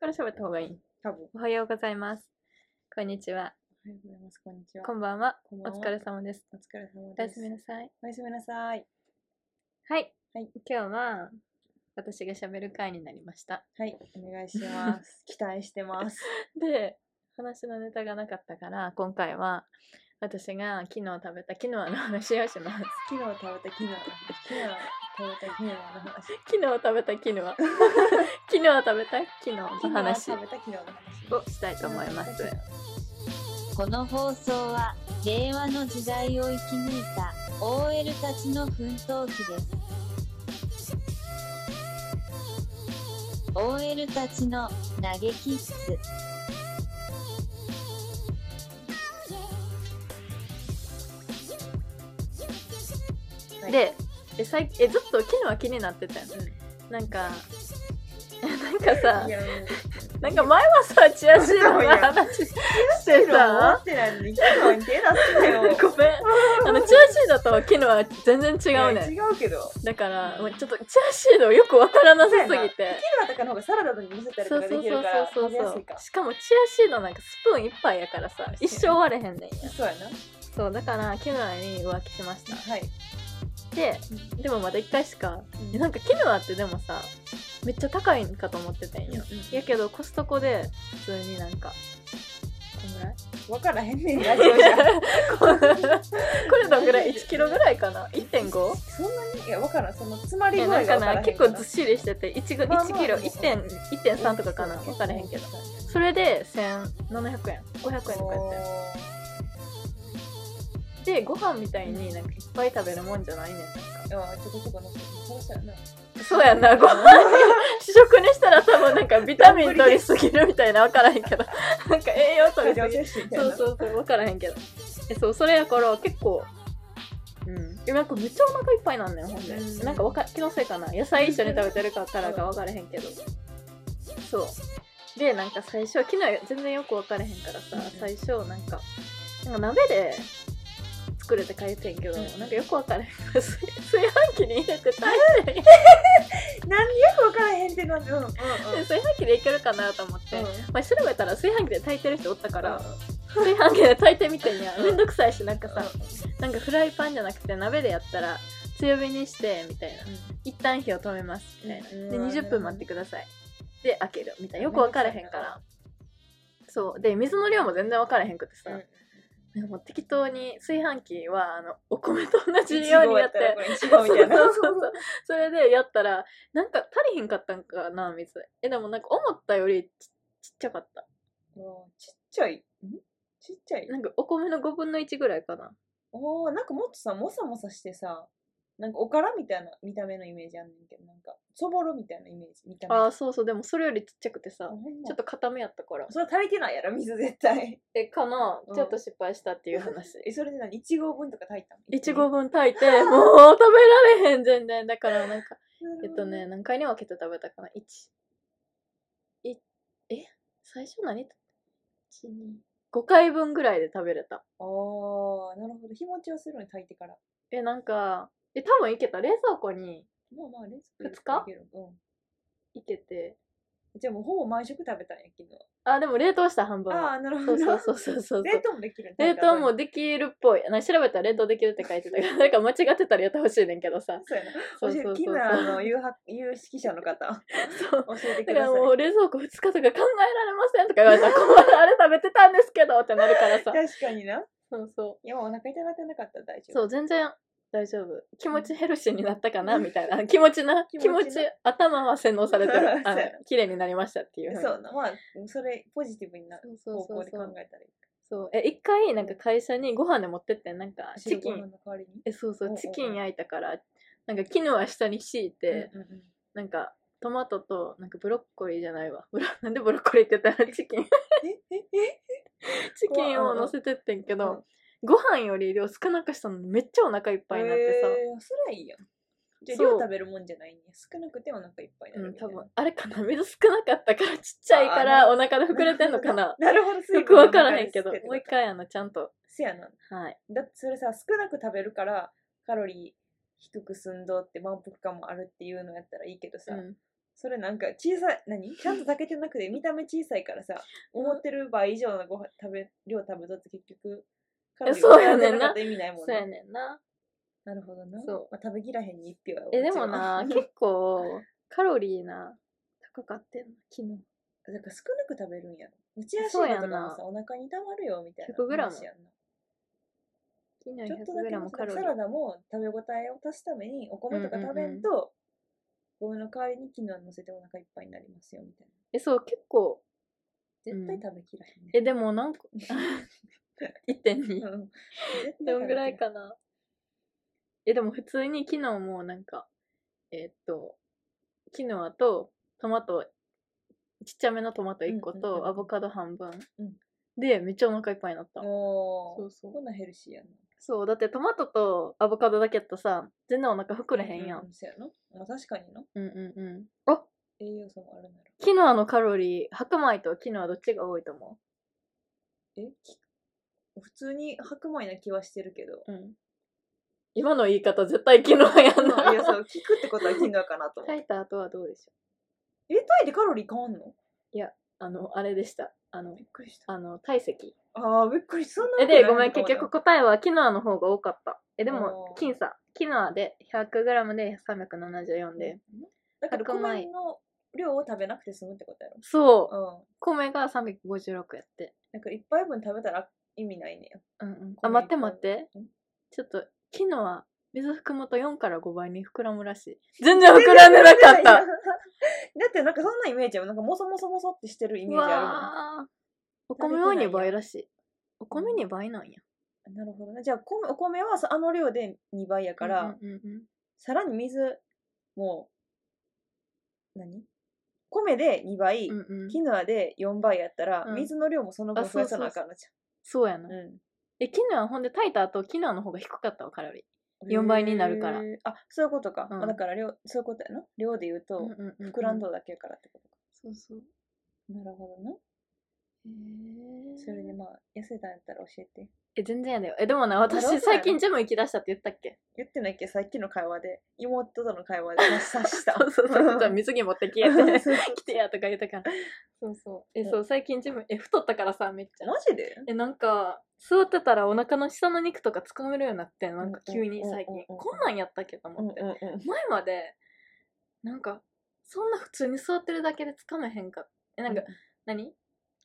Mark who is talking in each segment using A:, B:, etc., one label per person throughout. A: から喋った方がいい。
B: 多分。
A: おはようございます。こんにちは。
B: おはようございます。こんにちは。
A: こんばんは。
B: こん
A: お
B: ばんは
A: 疲れ様です。
B: お疲れ様
A: おや
B: ですす。
A: みなさい。
B: おやすみなさい。
A: はい。
B: はい
A: 今日は、私が喋る回になりました。
B: はい、お願いします。期待してます。
A: で、話のネタがなかったから、今回は、私が昨日食べたキノアの話をし ます。
B: 昨日食べた昨日の話。昨日食べた昨日の話。
A: 昨日食べたキ ノア。昨日食べたキノアの話
B: 昨日食べた昨日の話。
A: をしたいと思います。
C: この放送は令和の時代を生き抜いた OL たちの奮闘記です OL たちの嘆き室
B: はい
A: で、え、最近、え、ずっと昨日は気になってたよね。なんか、 なんかさ
B: い、や、もう
A: なんか前はさ、チアシードの話して
B: 昨日終わ
A: さ、
B: ってないのに、昨日に手出すなよ。
A: ごめん。あの、チアシードと昨日は全然違う
B: い
A: ね。
B: や違うけど。
A: だから、もうちょっとチアシードよくわからなさすぎて。
B: 昨日とかの方がサラダとかに乗せたり
A: そ
B: と
A: う
B: か
A: そ
B: で
A: う
B: き
A: そ
B: る
A: う
B: から、
A: そう
B: 食べや
A: そ
B: す
A: う
B: いか。
A: しかもチアシードなんかスプーン一杯やからさ、一生割れへんねんや。
B: そうやな。
A: そう、だから、キヌアに浮気しました。
B: はい。
A: で、でもまだ一回しか。えなんかキヌアってでもさ、めっちゃ高いんかと思ってたんよ。やけどコストコで普通になんかこんぐらい
B: わからへんねん、ラジオじゃ。
A: これどんぐらい1キロぐらいかな 1.5?
B: そんなにいや、わからん。その、詰まり
A: え
B: 具
A: な
B: 合
A: ん
B: が
A: か
B: わからへ
A: なん結構ずっしりしてて 1,
B: まあまあ
A: 1キロ
B: まあ
A: 1.3とかかな分からへんけどそれで1700円500円とかやったよでご飯みたいになんかいっぱい食べるもんじゃないねんなんか
B: あちょこちょこのそうしたよな。
A: そうやん なご飯主食にしたら多分なんかビタミン取りすぎるみたいな分からへんけどなんか栄養取りすぎる
B: 摂取み
A: そうそうそう、分からへんけど。え、そう、それやから結構、うん。え、なんかめっちゃお腹いっぱいなんねん、ほんで
B: うん。
A: なんかわか気のせいかな。野菜一緒に食べてるかからか分からへんけど。そう。で、なんか最初、昨日全然よく分からへんからさ
B: うん、
A: 最初、なんか、なんか鍋で、作れて帰ってんけど、
B: うん
A: なんかよく分からへんから炊炊飯器に入れて炊いてんや
B: なんでよくわからへんってなって。うんうんうん。
A: で炊飯器でいけるかなと思って、まあ、調べたら炊飯器で炊いてる人おったか、
B: から
A: 炊飯器で炊いてみてんやめんどくさいしなんかさ、
B: さ、
A: なんかフライパンじゃなくて鍋でやったら強火にしてみたいな一旦火を止めますみたいなで20分待って
B: く
A: くださいで開けるみたいなよく分からへんからそうで水の量も全然分からへんくてさ、なんかもう適当に炊飯器はあのお米と同じようにやって。そ
B: 一号
A: う
B: み
A: そうそ
B: たいな。
A: うそうそれでやったらなんか足りひんかったんかな水えでもなんか思ったよりちちっちゃかった
B: もうちっちゃい。んちっちゃい。
A: なんかお米の5分の1ぐらいかな
B: おおなんかもっとさ、もさもさしてさ、なんかおからみたいな見た目のイメージあんねんけど、なんか、そぼろみたいなイメージ、見た目。
A: ああそうそうでもそれよりちっちゃくてさちょ
B: ち
A: っと固めやったから
B: それ足りてないやろ、水絶対。
A: えかな、
B: うん
A: ちょっと失敗したっていう話
B: え、それで何 ?1 合分とか炊いたの
A: 1合分炊 いてもう食べられへん全然だからなんかえっとね。何回に分けて食べたかな1いえ最初何5回分ぐらいで食べれた
B: ああ、なるほど。日持ちをするのに炊いてから。
A: えなんかえ多分いけた冷蔵庫に
B: まあまあ、レンズ
A: 二日
B: う
A: いけて
B: ん。じゃあもうほぼ毎食食べたんやけど。
A: あでも冷凍した半分
B: あ
A: は
B: あ、なるほ
A: そ
B: ど。
A: うそうそうそうそう
B: 冷凍もできるんだ
A: 冷凍も。できるっぽいな調べたら冷凍できるって書いてたからなんか間違ってたらやってほしいねんけど さ
B: そうやな。
A: そ
B: 教
A: うそ
B: え
A: う
B: て
A: そ、う
B: キ
A: そう
B: ムラの有発有識者の方、
A: そう
B: 教えて
A: だから
B: くださ
A: もう冷蔵庫2日とか考えられませんとか言われたら 困るあれ食べてたんですけどってなるからさ
B: い。確かにな。い
A: そうそ
B: や、お腹痛がってなかったら大
A: う
B: 丈夫。
A: そう全然大丈夫気持ちヘルシーになったかなみたいな気持ちな 気
B: 気持
A: 持ち
B: ちな
A: 頭は洗脳されてる
B: そう
A: あ
B: や
A: の
B: な
A: 綺麗になりましたっていうふうに
B: そうな。まあ、それ、ポジティブになる
A: そう
B: 方
A: そうそう
B: 向で
A: そ
B: 考
A: う
B: えたらいい。
A: そうえ一回なんか会社にご飯で持ってってなんかチ
B: 白
A: キ
B: ご飯
A: ン
B: の代わりに。
A: えそうそ
B: うんうんう
A: うんチキン焼いたからなんか絹は下に敷いて、
B: うんうんうん
A: なんかトマトとなんかブロッコリーじゃないわブロなんでブロッコリーって言ったら チキン
B: え、え、え
A: チキンを乗せてってんけど、
B: うん
A: ご飯より量少なくしたのにめっちゃお腹いっぱいになってさ、
B: えーそれはいいやん。じゃあ、
A: そう
B: 量食べるもんじゃないんや。少なくてお腹いっぱいにな
A: う
B: る
A: ん
B: みた
A: 多
B: いな。
A: 分あれかな水少なかったからちっちゃいからお腹で膨れてんのか な
B: なるほど、水
A: よ
B: 分
A: く
B: の
A: わ
B: 中
A: からへんけど
B: で吸って
A: もう一
B: ってこと。
A: 回あのちゃんと
B: せやな。
A: はい
B: だってそれさ少なく食べるからカロリー低く済んどって満腹感もあるっていうのやったらいいけどさ、
A: うん
B: それなんか小さい何ちゃんと炊けてなくて見た目小さいからさ思ってる倍以上のご飯食べ量食べとって結局カロリー
A: そうやねんな
B: かったら意味ないもん
A: そうやねんな。
B: なるほどな
A: そう
B: まあ、食べきらへんに一票やわ
A: え、
B: こ
A: で
B: っちは、
A: もな 結構、カロリーな、高かってんの、昨日。
B: なんか少なく食べるんやろうち足
A: そう
B: の
A: や
B: と
A: ん
B: か
A: な
B: もさお腹にたまるよみたいな
A: 100グラム
B: 話やんな
A: 昨日
B: ちょっとだけ
A: 100g カロ
B: サ
A: リ
B: ラ
A: ー。
B: ダも食べ応えを足すためにお米とか食べんと、米の代わりに昨日乗せてお腹いっぱいになりますよみたい
A: え、そう、結構。
B: な絶対食べきらへんね、
A: え、でもなんか、1.2。
B: うん 絶対食べきらへ
A: どんぐらいかな。え、でも普通に昨日もなんか、えーっと、キノアとトマト、ちっちゃめのトマト1個
B: うんうんうんう
A: と
B: ん
A: アボカド半分。
B: うん
A: で、めっちゃお腹いっぱいになった。
B: お
A: そう
B: ー
A: そう
B: こんなヘルシーやんな
A: そう、だってトマトとアボカドだけやったらさ、全然お腹膨れへんやん。
B: ううそうやなまあ確かにな
A: うんうんうん。あ
B: 栄養素もあるなら
A: キノアのカロリー、白米とキノアどっちが多いと思
B: えき普通に白米な気はしてるけど
A: ううん。今の言い方絶対キノアやん
B: まあいや そ
A: な。
B: う聞くってことは金額かなと思
A: 書
B: う
A: いた後はどうでしょ
B: えタイでカロリー変わんの
A: うあの、あれでした。あの
B: び、っくりした
A: あの、体積。
B: あーびっくりしたそんな
A: えでごめん結局
B: こ
A: 答えはキノアの方が多かったえでも
B: おー
A: 僅差キノアで 100g で374で、
B: だから
A: 白米
B: 米の量を食べなくて済むってことや
A: そう
B: ろうん
A: 米が356やって
B: なんか一杯分食べたら意味ないね
A: うんうんあ
B: 米
A: 待って待って
B: うん
A: ちょっとキノア水含むと4から5倍に膨らむらしい全然膨らんでなかった
B: だってなんかそんなイメージやもんなんかもそもそもそってしてるイメ
A: う
B: ージあ
A: わーお米は2倍らしいお米2倍なんや
B: るもんなるほどねじゃあ米お米はそあの量で2倍やから、
A: うんうんうん
B: さらに水もう何米で2倍、
A: うんうんうん
B: キヌアで4倍やったら、
A: うん
B: 水の量もその分
A: あ
B: 増やさなあ
A: そ
B: かんのじ
A: そうや
B: ゃ、
A: なん
B: う
A: えキノアほんで炊いた後キノアの方が低かったわカロリー
B: ん、
A: 4倍になるから
B: へーあそういうことか、
A: うん
B: あだから量そういうことやな量で言うと、
A: うんうんうんうん
B: 膨らんどうだけやからってことか、
A: そうそう
B: なるほどな
A: へー
B: それでまあ痩せたんやったら教えて
A: え、全然やだよ。え、でもな、私
B: ろ
A: 最近ジム行き出したって言ったっけ
B: 言ってないっけさっきの会話で妹との会話で察した
A: そうそうそう。ち ょっと水着持ってきえて、
B: そう
A: 来てやとか言ったから。そうそう。え、そう、最近ジム、え、太ったからさ、めっちゃ
B: マ。ジで
A: え、なんか、座ってたらお腹の下の肉とかつかめるようになって、なんか急に最
B: うん
A: 近。
B: うんうんうん
A: こんなんやったっけと
B: うん
A: 思っ
B: うん
A: て。
B: うん
A: 前まで、なんか、そんな普通に座ってるだけでつかめへんかった。え、なんか、何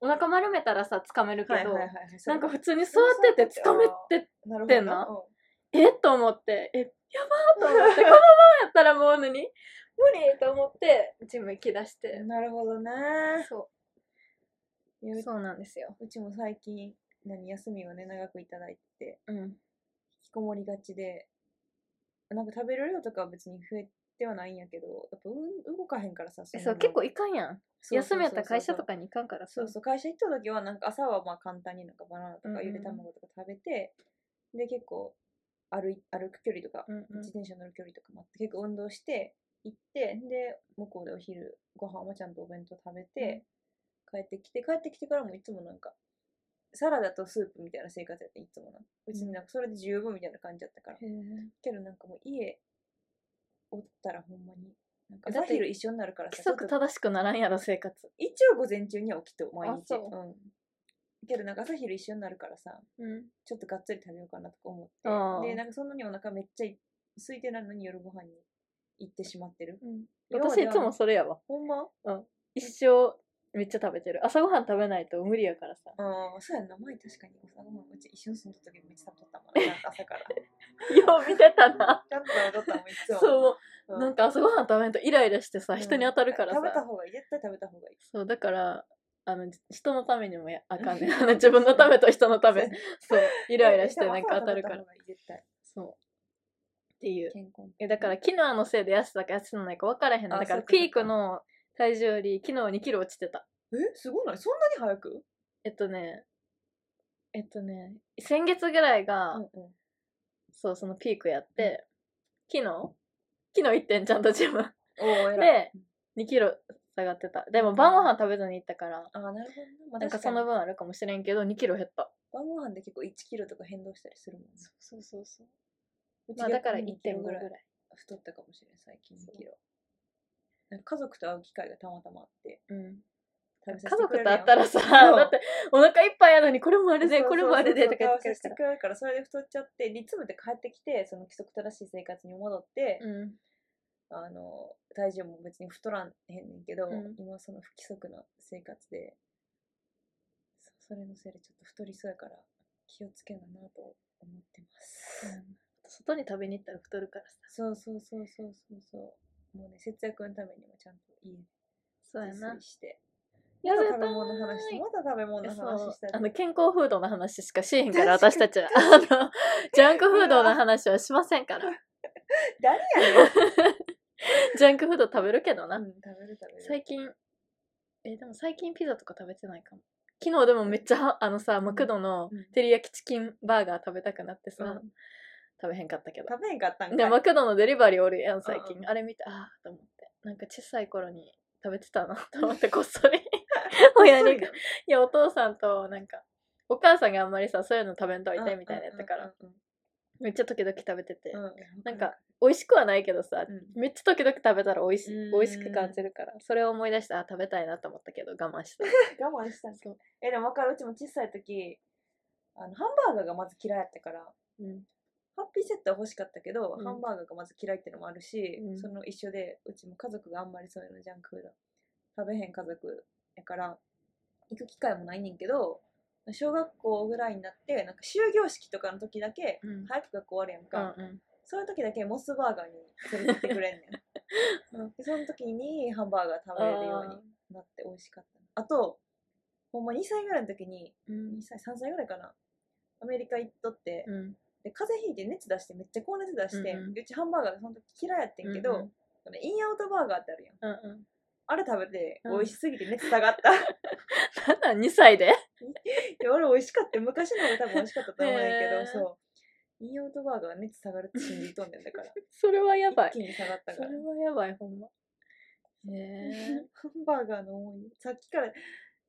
A: お腹丸めたらさ、つかめるけ
B: はい
A: ど、
B: はいはい
A: なんか普通に座っててつかめて
B: なる
A: てんな
B: ほどうん
A: えと思って、え、やばーと思って、このままやったらもう何無理と思って、ジム行き出して。
B: なるほどね。
A: そ。
B: いうや
A: そうなんですよ。
B: うちも最近、何、休みをね、長くいただいて、
A: うん。
B: 引きこもりがちで、なんか食べる量とかは別に増えてはないんやけど、やっぱ、うん、動かへんから
A: え、
B: さ、の
A: そう、
B: まま
A: 結構、いかんやん。
B: そう
A: 休
B: そうそうそう
A: みやったら会社と。かに行かんからさ。
B: そうそう、会社行った時は、なんか朝はまあ簡単になんかバナナ
A: う
B: と
A: んう
B: か
A: ん
B: ゆで卵とか食べて、で、結構歩い、歩く距離とか、
A: うんうん
B: 自転車乗る距離とかもあって、結構運動して、行って、で、向こうでお昼、ご飯はちゃんとお弁当食べて、帰ってきて、帰ってきてからもいつもなんか、サラダとスープみたいな生活やって、いつもな。別になんかそれで十分みたいな感じだったから。
A: へー
B: けどなんかもう家おったらほんまに、なんか
A: だっ
B: 朝
A: て
B: 昼一緒になるから
A: 規
B: さ、ちょっ
A: 則
B: と
A: 正しくならんやろ、生活。
B: 一応午前中には起きて、毎
A: あ
B: 日。
A: そう
B: うん。けどなんか朝昼一緒になるからさ、
A: うん。
B: ちょっとがっつり食べようかなとか思
A: あ
B: っ
A: ー
B: て、で、なんかそんなにお腹めっちゃい空いてないのに夜ご飯に行ってしまってる。要は
A: 私
B: じゃ
A: い
B: あ
A: つもそれやわ。
B: ほんま
A: 一生、めっちゃ食べてる。朝ごはん食べないと無理やから さ。
B: ああ、そうやんな。前確かに朝ごはんうち一緒に住んだ時めっちゃ食べとったもんな。なんか朝 から。
A: よう見てたな。
B: ちゃんと食べとったもん、いつも。
A: そうう。
B: ん
A: なんか朝ごはん食べんとイライラしてさ、
B: うん
A: 人に当たるからさ。
B: 食べた方がいい。絶対食べた方がいい。
A: そう、だから、あの、じ人のためにもやあか んねん。あの自分のためと人のため。そう、イ
B: イ
A: ライラしてなんか当たるから。。
B: 絶対。
A: そう。っていう。
B: 健康。
A: え、だから、昨日のせいで痩せたか痩せてないか分からへんの。
B: あ
A: だから、
B: そうかそう
A: ピ
B: か
A: ークの体重より、昨日2キロ落ちてた。
B: え、すごいないそんなに早く
A: えっとね、えっとね、先月ぐらいが、
B: うんうん。
A: そう、そのピークやって、昨日昨日1点ちゃんと自分。
B: おー、偉い。
A: で、2キロ下がってた。でも、晩ご飯食べずに行ったから、
B: ああ、なるほどね。まあ
A: なんかその
B: 確に
A: 分あるかもしれんけど、2キロ減った。
B: 晩ご飯で結構1キロとか変動したりするもんね。
A: そうそうそう。
B: うち
A: まあだから
B: 逆
A: 1.5
B: に
A: ぐらい。
B: 太ったかもしれない、最近2キロ。なんか家族と会う機会がたまたまあって
A: うん、
B: 食べ
A: 家
B: させて
A: 族
B: くれ
A: と
B: るやん
A: 会ったらさ
B: う
A: だってお腹いっぱいやのにこれもあれで
B: そう
A: これもあれでとか言
B: そう
A: っ
B: そうそ
A: てくる
B: う顔させて
A: か
B: くれるからそれで太っちゃって煮詰めて帰ってきてその規則正しい生活に戻って
A: ら、うん
B: あの体重も別に太らんへんねんけど、
A: うん
B: 今その不規則な生活でそそれのせいでちょっと太りそうやから気をつけななと思ってます、
A: 外に食べに行ったら太るからさ
B: そうそうそうそうそうそうもうね節約のためにもちゃんと家で
A: そうやな
B: 自炊して
A: や
B: ま
A: め
B: だ
A: たい
B: 食べ物の話してまだ食べ物の
A: そう
B: 話した
A: あ
B: り
A: の健康フードの話しかしへんから私
B: 確か
A: た
B: に
A: ちはあのジャンクフードの話はしませんから
B: 誰や ねん
A: ジャンクフード食べるけどな、
B: うん食べる食べる
A: 最近えでも最近ピザとか食べてないかも昨日でもめっちゃはあのさマクドの
B: うん
A: 照り焼きチキンバーガー食べたくなってさ、
B: うん
A: 食べへんかったけど
B: 食べへんかったんかい
A: でマクドのデリバリーおるやん最近、
B: う
A: あれ見てああと思ってなんか小さい頃に食べて たなと思ってこっそり親にいやお父さんとなんかお母さんがあんまりさそういうの食べんといてみたいなやったから、
B: うんう
A: めっちゃ時々食べてて、
B: んうんうん
A: なんか美味しくはないけどさ、
B: うん
A: めっちゃ時々食べたら美味し
B: うん
A: 美味しく感じるからそれを思い出してあ食べたいなと思ったけど我慢した
B: 我慢したんです
A: そう
B: えでも分かるうちも小さい時あのハンバーガーがまず嫌いやったから
A: うん
B: ハッピーセットは欲しかったけど、
A: うん
B: ハンバーガーがまず嫌いってのもあるし、
A: うん
B: その一緒でうちも家族があんまりそういうのジャンクフード食べへん家族やから行く機会もないねんけど小学校ぐらいになってなんか終業式とかの時だけ、
A: うん
B: 早く学校終わるやんか、
A: うんうん
B: そういう時だけモスバーガーに連れてってくれんね ん、
A: うん
B: でその時にハンバーガー食べれるようになって美味しかったあとほんま2歳ぐらいの時に
A: うん
B: 2歳3歳ぐらいかなアメリカ行っとって、
A: うん
B: で風邪ひいて熱出してめっちゃ高熱出して、
A: うんうん
B: でうちハンバーガーがその時嫌いやってんけど、
A: うんうん
B: このインアウトバーガーってあるやん
A: うんうん
B: あれ食べて
A: うん
B: 美味しすぎて熱下がった、
A: なんなん2歳で
B: いや俺美味しかった昔の方が多分美味しかったと思うんや けど、
A: へー
B: そうインアウトバーガーは熱下がるって信じとんねんだから
A: それは やばい
B: 一気に下がった
A: そ
B: から
A: れはやばいほんまへ え
B: ハンバーガーの思いさっきから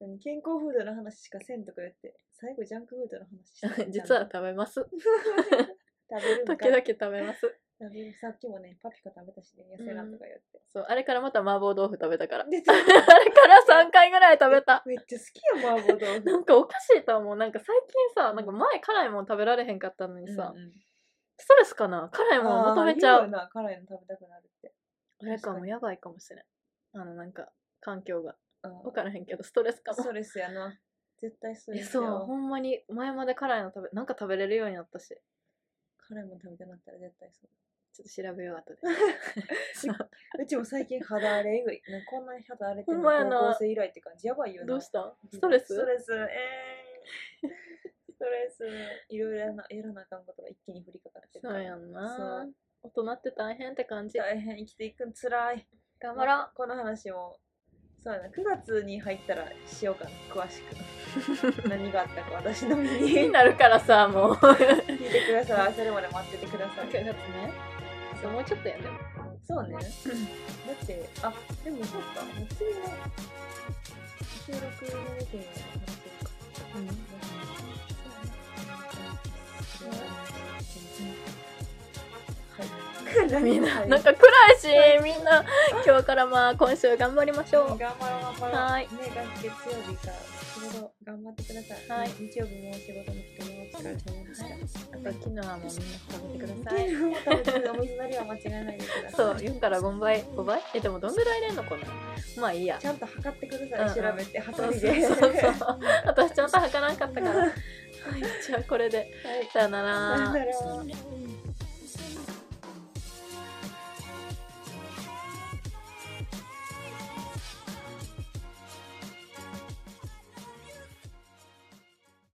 B: 何健康フードの話しかせんとか言って最後ジャンクフードの話し て
A: 実は食べます
B: 食べるんか
A: 時々食べます
B: 食べるさっきもねパピカ食べたしね痩せなとか言って、
A: そうあれからまた麻婆豆腐食べた からあ
B: で
A: れから3回ぐらい食べた
B: めっちゃ好きや麻婆豆
A: な
B: 腐
A: んかおかしいと思うなんか最近さなんか前辛いもん食べられへんかったのにさ、
B: うんうん
A: ストレスかな辛いもん求めちゃ
B: あー言
A: う
B: よな辛いの食べたくなるって
A: あれか
B: 確か
A: もやばいかもしれんあのなんか環境が
B: うん
A: 分からへんけどストレスか
B: ス
A: も
B: トレスやな絶対ストレ
A: え
B: スや
A: そう
B: わ
A: ほんまに前まで辛いの食べなんか食べれるようになったし
B: 辛いもん食べたくなったら絶対そう
A: ちょっと調べよう 後で
B: うちも最近肌荒れえぐいなんかこんなに肌荒れてる
A: ほん
B: の
A: まやな
B: 高校生以来って感じやばいよな
A: どうしたストレス
B: ストレス、えー、ストレス、いろいろやなやらなあかんことが一気に降りかかってるか
A: そ
B: ら。
A: うやんな大
B: そう
A: 人って大変って感じ
B: 大変生きていくんつらい。
A: 頑張ろう
B: この話も、そうやな、9月に入ったらしようかな、詳しく。 何があったか私の身 に。
A: 気になるからさもう9
B: 聞いてください。それまで待っててくださ
A: 月
B: い。
A: ねそうもうちょっとやね
B: そうね。だって、あ、でもそうか、もう次の収録の時に話そうか。はい。
A: みんななんか暗いしみんな今日からまあ今週頑張りましょ
B: 頑張ろう
A: う
B: 頑張ろう。
A: はい
B: ね月曜日から仕事頑張ってくださ
A: は
B: い。
A: い
B: 日曜日もお仕事も人もお疲れ様でした。
A: あと昨日はもうみんな食べてください
B: 昨日食べてるお水なりは間違いないでくだ
A: そ
B: さ
A: う
B: い。
A: 4から5倍5倍えでもどんぐらい入れんのかなまあいいや
B: ちゃんと測ってく
A: うん
B: だ
A: うん
B: さい。調べて、は
A: そうそう
B: たり
A: そ
B: で。
A: うそう私ちゃんと測らんか ったからはいじゃあこれで
B: はい。
A: さよなら
B: さよなら。